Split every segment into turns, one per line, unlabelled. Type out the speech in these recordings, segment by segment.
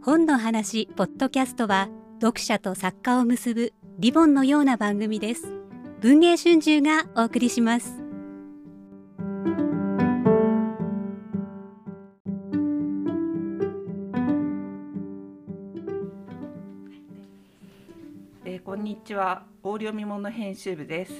本の話ポッドキャストは読者と作家を結ぶリボンのような番組です文藝春秋がお送りします
えーこんにちは大読み物編集部です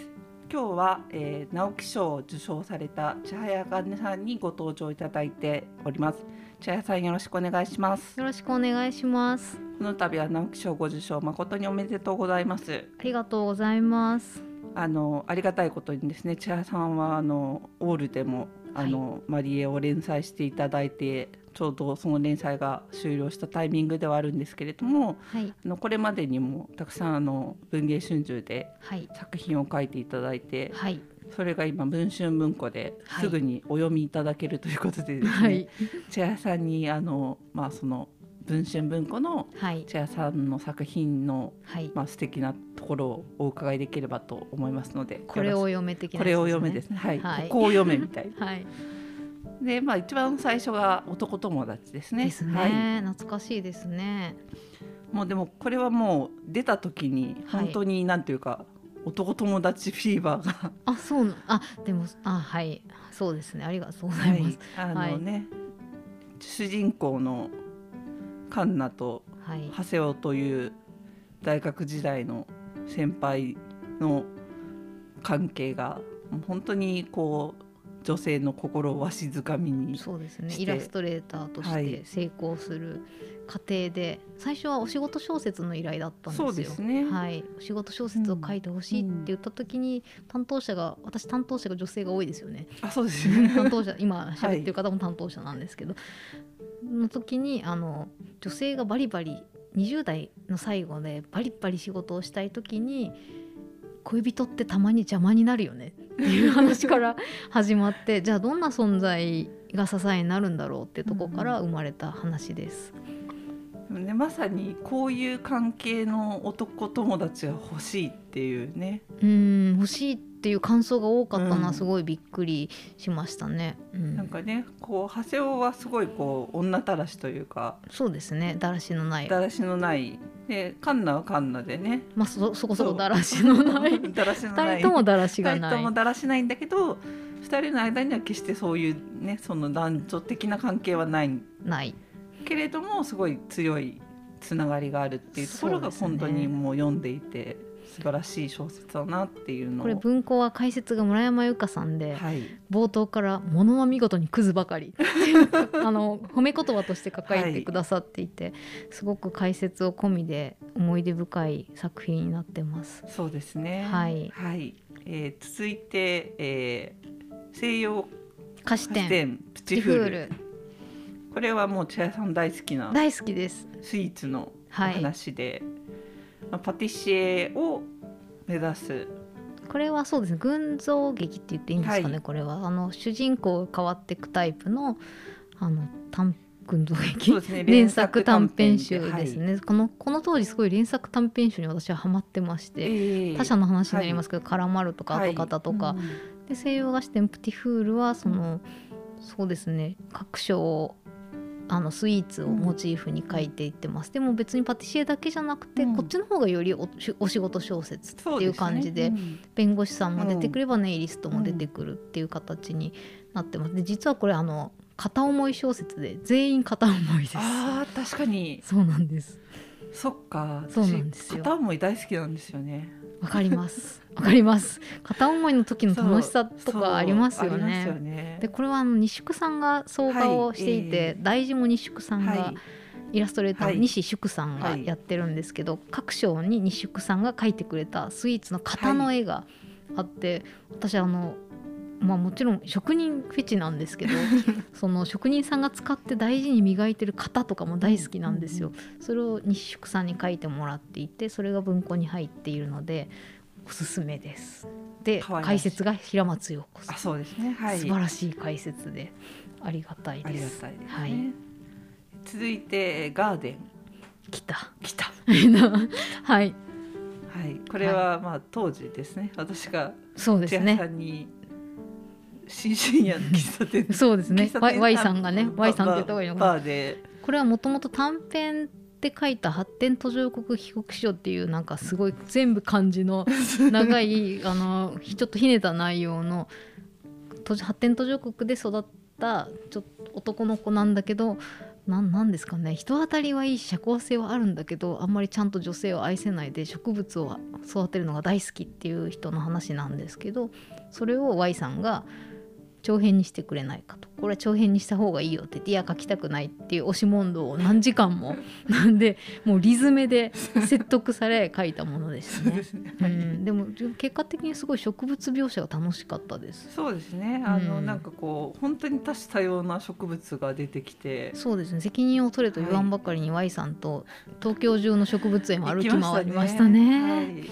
今日は、えー、直木賞を受賞された千早茜さんにご登場いただいております千早さんよろしくお願いします
よろしくお願いします。
この度は直木賞ご受賞誠におめでとうございます
ありがとうございます。
あのありがたいことにですね千早さんはあのオールでもあの、マリエを連載していただいてちょうどその連載が終了したタイミングではあるんですけれども
はい、
あのこれまでにもたくさんあの文藝春秋で
はい、
作品を書いていただいて
はい、
それが今文春文庫で
はい
すぐにお読みいただけるということでですね、
はい、
千谷さんにあのまあその文春文庫の
はい、
千谷さんの作品の
はい。
まあ素敵なところをお伺いできればと思いますので、
これ
よ
を
ろし
読め的な、
これを読めですね。はい、
はい
ここを読めみたい
す。はい、
な。で、まあ一番最初が男友達ですね。
ですね、
はい。
懐かしいですね。
もうでもこれはもう出た時に
はい
本当になんていうか、男友達フィーバーが
あ、そうな、あ、でも、あ、はい、そうですね。ありがとうござ
はい
ま
い
す。、
あのね、主人公のカンナと
はい、
長谷尾という大学時代の先輩の関係がもう本当にこう女性の心をわしづかみに
そうですね。
して
イラストレーターとし
はい
て成功する過程で、最初はお仕事小説の依頼だったんですよ。
そうですね
はい、お仕事小説を書いてほしいって言った時に、担当者が私担当者が女性が多いですよね。
あそうですよね
担当者今喋ってる方も担当者なんですけど、の時にあの女性がバリバリ20代の最後でバリバリ仕事をしたい時に恋人ってたまに邪魔になるよねっていう話から始まってじゃあどんな存在が支えになるんだろうってとこから生まれた話です。
ねまさにこういう関係の男友達が欲しいっていうね
うーん欲しいっていう感想が多かったの
うん
はすごいびっくりしましたね。うん
なんかねこう長谷尾はすごいこう女たらしというか
そうですねだらしのない
だらしのないでカンナはカンナでね
まあそそこそこだらしの ない
だらしのな
二
い
人ともだらしが
二人
な
と
い
も。だらしないんだけど二人の間には決してそういうねその男女的な関係はない
ない。
けれどもすごい強いつながりがあるっていうところが
そうで
本
すね
当にもう読んでいて素晴らしい小説だなっていうのを
これ文庫は解説が村山由佳さんで、
はい
冒頭から「物は見事にクズばか り」あの褒め言葉として書いてくださっていて、すごく解説を込みで思い出深い作品になってます。
そうですね
はい
えー続いて、えー西洋
歌詞
菓
店
子店プ
ジ
チ
フ
フー
ー
ル
ル
これはもう千谷さん大好きな
大好きです。
スイーツのお
はい、
話で、まあ、パティシエを目指す
これはそうですね群像劇って言っていいんですかね、
はい
これはあの主人公が変わっていくタイプのあの短群像劇
そうですね
連作短編集
連作短
です
はい
ね、このこの当時すごい連作短編集に私はハマってまして、
ええ
他者の話になりますけど「絡まる」とか「
はい
跡形」とか、で西洋菓子店プティフールはその、そうですね各所をあのスイーツをモチーフに書いていってます、でも別にパティシエだけじゃなくて、
うん
こっちの方がよりおしお仕事小説って
そ
いう
ですね
う感じで
うん
弁護士さんも出てくればネイリストも出てくるっていう形になってますで実はこれあの片思い小説で全員片思いです
あー確かに
そうなんです
そっか
そうなんですよ
私片思い大好きなんですよね
わかります わかります片思いの時の楽しさと
そう
かありますよ
ありますよ
ね
ね
でこれはあの西宿さんが創画をしていて、
はいえ
大事も西宿さんが、
はい
イラストレーター
はい
の西宿さんが
はい
やってるんですけど、各章に西宿さんが描いてくれたスイーツの型の絵があって、私あのまあもちろん職人フェチなんですけ どその職人さんが使って大事に磨いてる型とかも大好きなんですよ、それを西宿さんに描いてもらっていてそれが文庫に入っているのでおすすめですで
可愛らしい
解説が平松陽子さ
あ
ん、
そうですねはい
素晴らしい解説でありがたい
あり
で
が
す
たいですね、
はい
続いてガーデン
来た
来た
はい
はいこれはまあ当時ですね私が
そうです
千谷
ね
さんに新深夜の喫茶店
そうですね
喫茶。
Y,
店
y さんがね
バ
Y さんって言った方がいいのか
バーで
これはもともと短編で書いた「発展途上国帰国子女」っていうなんかすごい全部漢字の長いあのひちょっとひねった内容の途発展途上国で育ったちょっと男の子なんだけどなんなんですかね人当たりはいいし社交性はあるんだけどあんまりちゃんと女性を愛せないで植物を育てるのが大好きっていう人の話なんですけどそれを Y さんが長編にしてくれないかとこれは長編にした方がいいよって言っていや書きたくないっていう押し問答を何時間もなんでもうリズメで説得され書いたものです
そう
ね
で。すね。
う
はい
ん、でも結果的にすごい植物描写が楽しかったです。
そうですね。あの、
うん
なんかこう本当に多種多様な植物が出てきて、
そうですね責任を取れと言わんばかりに Y さんと東京中の植物園を歩き回りましたね。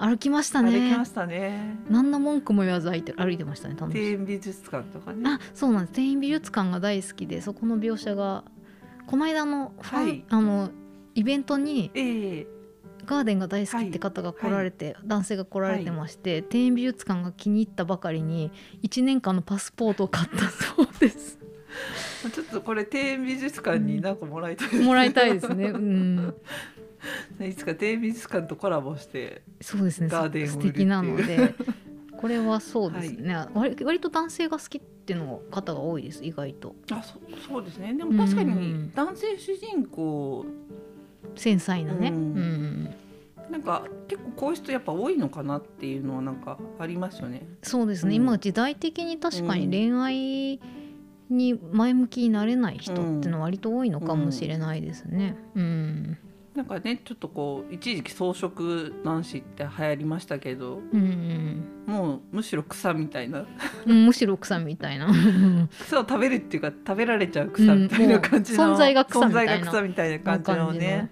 歩きました
はい、
ね。
歩きましたね。
何の文句も言わず歩いて歩いてましたね楽
庭
しい。
園美術館とかね。
あそうなんです庭園美術館が大好きでそこの描写がこの間のファン、
はい
あのイベントに
ええ
ガーデンが大好きって方が来られて、男性が来られてまして、庭園美術館が気に入ったばかりに1年間のパスポートを買ったそうです。
ちょっとこれ庭園美術館になんかもらいたいですね、
もらいたいですね。 うん、
いつか庭園美術館とコラボして、
そうですね。
ガーデンを
素
売るって
敵
いう
なので、これはそうですね。割割と男性が好きっていうの方が多いです。意外と
あ、そそうですね。でも確か
うん
に男性主人公
繊細なね。う
うんんなんか結構こういう人やっぱ多いのかなっていうのはなんかありますよね。
そうですね。
うん
今時代的に確かに恋愛に前向きになれない人っていうのは割と多いのかもしれないですね。うん。
なんかねちょっとこう一時期草食男子って流行りましたけど
うん。うん
もうむしろ草みたいな
うんむしろ草みたいな。
草を食べるっていうか食べられちゃう草みたい
うんもう
な感じの、
存在が草みたいな
存在が草みたいな感じのね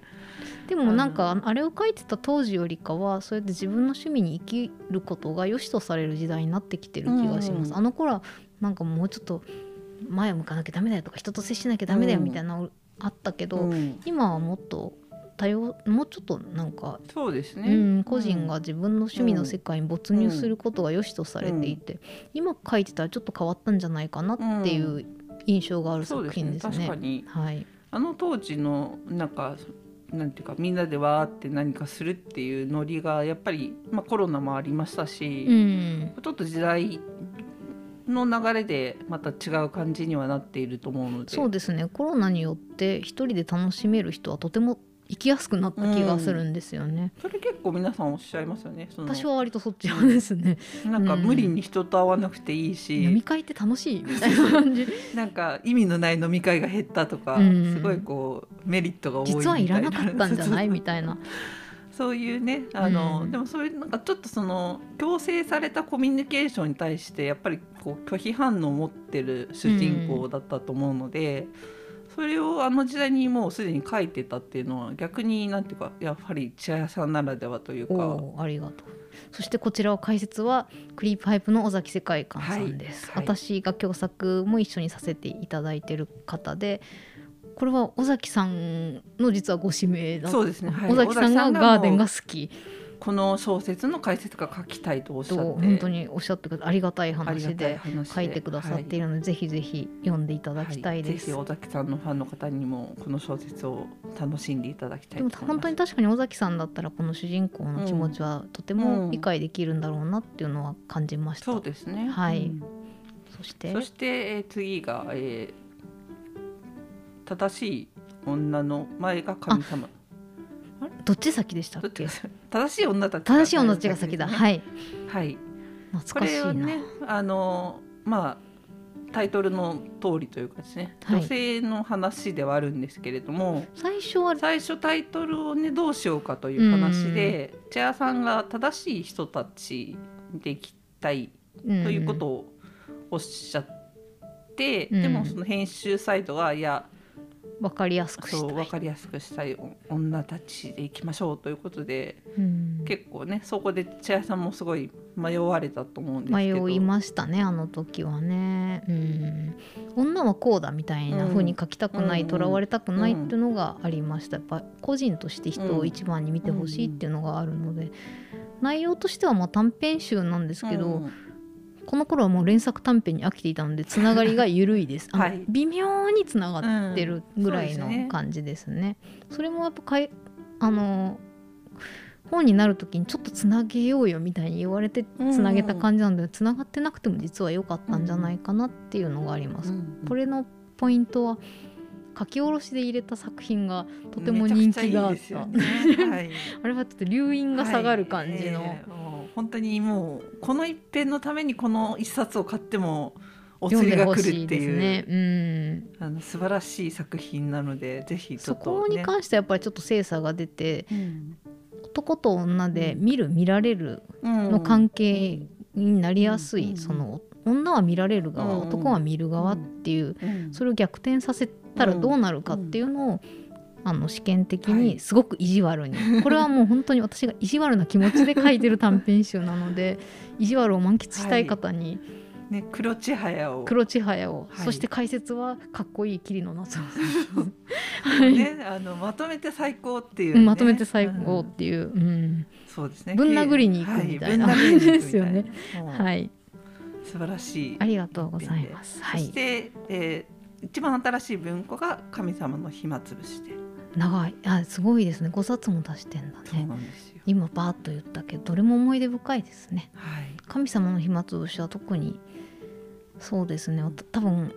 でもなんかあれを書いてた当時よりかはそうやって自分の趣味に生きることが良しとされる時代になってきてる気がします、
うん
あの頃はなんかもうちょっと前を向かなきゃダメだよとか人と接しなきゃダメだよみたいなのあったけど、
うん
今はもっと多様もうちょっとなんか、
そうですね、
うん、個人が自分の趣味の世界に没入することが良しとされていて、今書いてたらちょっと変わったんじゃないかなっていう印象がある
そう
作
です
品
ね
ですね。
確かに
はい、
あの当時のなんかなんていうかみんなでわーって何かするっていうノリがやっぱり、まあ、コロナもありましたし、
うん
ちょっと時代の流れでまた違う感じにはなっていると思うので
そうですねコロナによって一人で楽しめる人はとても生きやすくなった気がするんですよね、
それ結構皆さんおっしゃいますよねその
私は割とそっち派ですね、
なんか
うん
無理に人と会わなくていいし、
飲み会って楽しいみ たいな感じ
なんか意味のない飲み会が減ったとか、
うん
すごいこうメリットが多いみ
実
た
はい
い
ら
な
なかったんじゃないみたいな
そういうねあの、
うん
でもそういうなんかちょっとその強制されたコミュニケーションに対してやっぱりこう拒否反応を持ってる主人公だったと思うので、それをあの時代にもうすでに書いてたっていうのは逆になんていうかやっぱり千早さんならではというか。
おーありがとうそしてこちらを解説はクリープハイプの尾崎世界観さんです、
はいはい
私が共作も一緒にさせていただいてる方でこれは尾崎さんの実はご指名だ
そうですね、はい
尾崎さんがガーデンが好き
この小説の解説が書きたいとおっしゃ
と
って
本当におっしゃってくれてありがたい
ありが
話
た
で
い話で
書いてくださっているので、ぜひぜひ読んでいた
は
だきたいです。
はいぜひ尾崎さんのファンの方にもこの小説を楽しんでいただきたい
でも
と思います
本当に確かに尾崎さんだったらこの主人公の気持ちはとても理解できるんだろうなっていうのは感じました。
そうですね
はい
うん
そして
そして、えー次が、えー正しい女の前が神様
どっち先でした
ど
っ
っち
け
が？ 正しい女たちが
正しい女たちが先だ。
はい、
はい。
はい、こ
懐かしい
れ
な。
をねあのまあタイトルの通りというかですね、
はい
女性の話ではあるんですけれども、
最初は
最初タイトルをねどうしようかという話でチェアさんが正しい人たちでいきたい
と
ということをおっしゃって、
うん
でもその編集サイドがいや
わかりやすくし
そう
た
分
い。
かりやすくしたい女たちでいきましょうということで
うん
結構ねそこでチェアさんもすごい迷われたと思うんですけ
迷
ど
いましたねあの時はね、うん、女はこうだみたいな風に書きたくな
う
い
ん
とら、囚われたくないっていうのがありましたやっぱ個人として人を一番に見てほしいっていうのがあるので、内容としてはまあ短編集なんですけど、
うん
この頃はもう連作短編に飽きていたのでつながりが緩いです、あの
はい
微妙につながってるぐらい
うんそうです
の
ね
感じですね,、それもやっぱかいあの本になる時にちょっとつなげようよみたいに言われてつなげた感じなんでつながってなくても実は良かったんじゃないかなっていうのがあります。こ
れ
れのポイントは書き下ろしで入れた作品がとても人気があった。
はい、
あれはちょっと留飲が下がる感じの、
はいえーもう本当にもうこの一編のためにこの一冊を買ってもお釣
読ん
り
で
が
ほ
来
し
る
い
って
です
いう
ね。うん。
あの素晴らしい作品なのでぜひちょ
そ
っと、
こ
ね、
に関してはやっぱりちょっと精査が出て
うん
男と女で見る見られる
うん
の関係になりやす
うんう
い
ん
その女は見られる側
うんうん
男は見る側っていう
うん
それを逆転させたらどうなるかっていうのをあの試験的
はい
にすごく意地悪に、これはもう本当に私が意地悪な気持ちで書いてる短編集なの で意地悪を満喫したい方に
ね黒千早を
黒千早を、
はい
そして解説はかっこいい桐野夏生さん
ねあのまとめて最高っていう、ね、
まとめて最高
う
っ
ん
ていう、うん
そうですね
ぶん殴りに行くみたいな
はぶん殴りに行くみたいな
で
うん
はい
素晴らしい
ありがとうございます。は
そし
い、
て、えー一番新しい文庫が神様の暇つぶしで
長いあすごいですね5冊も出してんだ
そう
ね
なんですよ
今バーッと言ったけどどれも思い出深いですね
はい
神様の暇つぶしは特にそうですねわた多分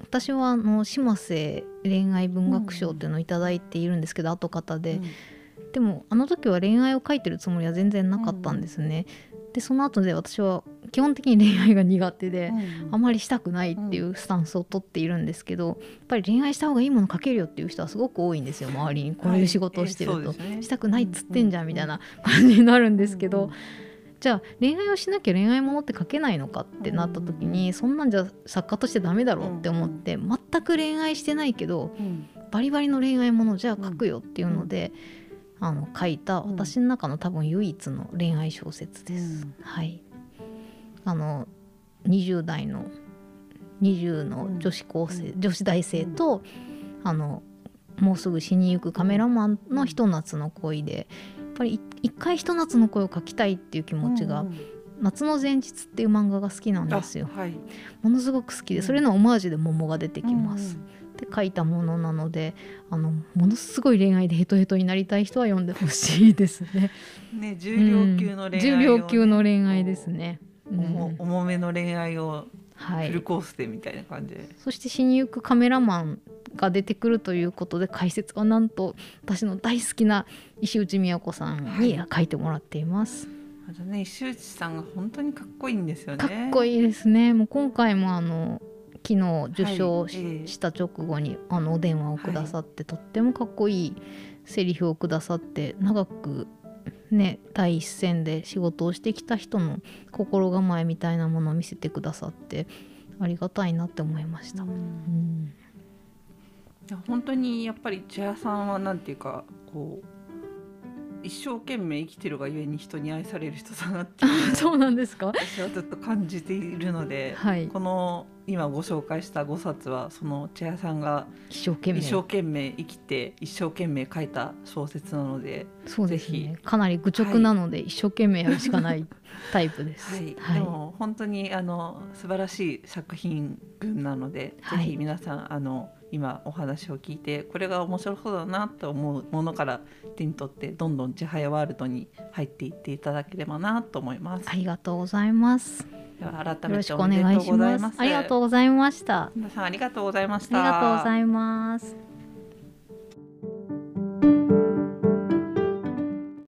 私はあの島瀬恋愛文学賞っていうのを頂いただいているんですけど、後方で、でもあの時は恋愛を書いてるつもりは全然なかったんですね、でその後で私は基本的に恋愛が苦手で、
うん
あまりしたくないっていうスタンスを取っているんですけど、やっぱり恋愛した方がいいもの書けるよっていう人はすごく多いんですよ周りにこういう仕事をしてる
はいえ
と、
ーそうですね
したくないっつってんじゃんみたいな感じになるんですけど、
うん
じゃあ恋愛をしなきゃ恋愛ものって書けないのかってなった時に、そんなんじゃ作家としてダメだろうって思って、全く恋愛してないけど
うん
バリバリの恋愛ものじゃあ書くよっていうので、あの書いた
うん
私の中の多分唯一の恋愛小説です。
うん
はいあの20代の20の女子高生、
う
女子大生と、あのもうすぐ死にゆくカメラマンのひと夏の恋でやっぱりい一回ひと夏の恋を書きたいっていう気持ちが「
うん
夏の前日」っていう漫画が好きなん
あ
ですよ。
はい
ものすごく好きでそれのオマージュで桃が出てきます。って書いたものなのであのものすごい恋愛でヘトヘトになりたい人は読んでほしいですね。
うんね 重量級の恋愛を
うん
ね、
重量級の恋愛ですね。うん
重重めの恋愛を
は
フル
い、
コースでみたいな感じで、
そして死にゆくカメラマンが出てくるということで解説はなんと私の大好きな石内美和子さんに書いてもらっています。
あとね石内さんが本当にかっこいいんですよね
かっこ
いい
いいですね。もう今回もあの昨日受賞し,、
はいええ
た直後にあのお電話をくださって、とってもかっこいいセリフをくださって長くね第一線で仕事をしてきた人の心構えみたいなものを見せてくださってありがたいなって思いました。うん
いや本当にやっぱり千谷さんはなんていうかこう一生懸命生きてるがゆえに人に愛される人だなっていうのを
そうなんですか。
私はずっと感じているので、
はい。
この今ご紹介した5冊はその千谷さんが
一生懸命。
一生懸命生きて一生懸命書いた小説なので、
そうです
ぜ
ね。かなり愚直なので、一生懸命やるしかないタイプです。
はいでも本当にあの素晴らしい作品群なので、
はい
ぜひ皆さんあの今お話を聞いてこれが面白そうだなと思うものから手に取ってどんどん千早ワールドに入っていっていただければなと思います。
ありがとうございます。
では改
よ
め
ろしてくお
おめで
願い
とう
し
ござ
ま
い
す。
ます。
ありがとうございました。あ
皆さんありがとうございまし
り
た。
がとうございます。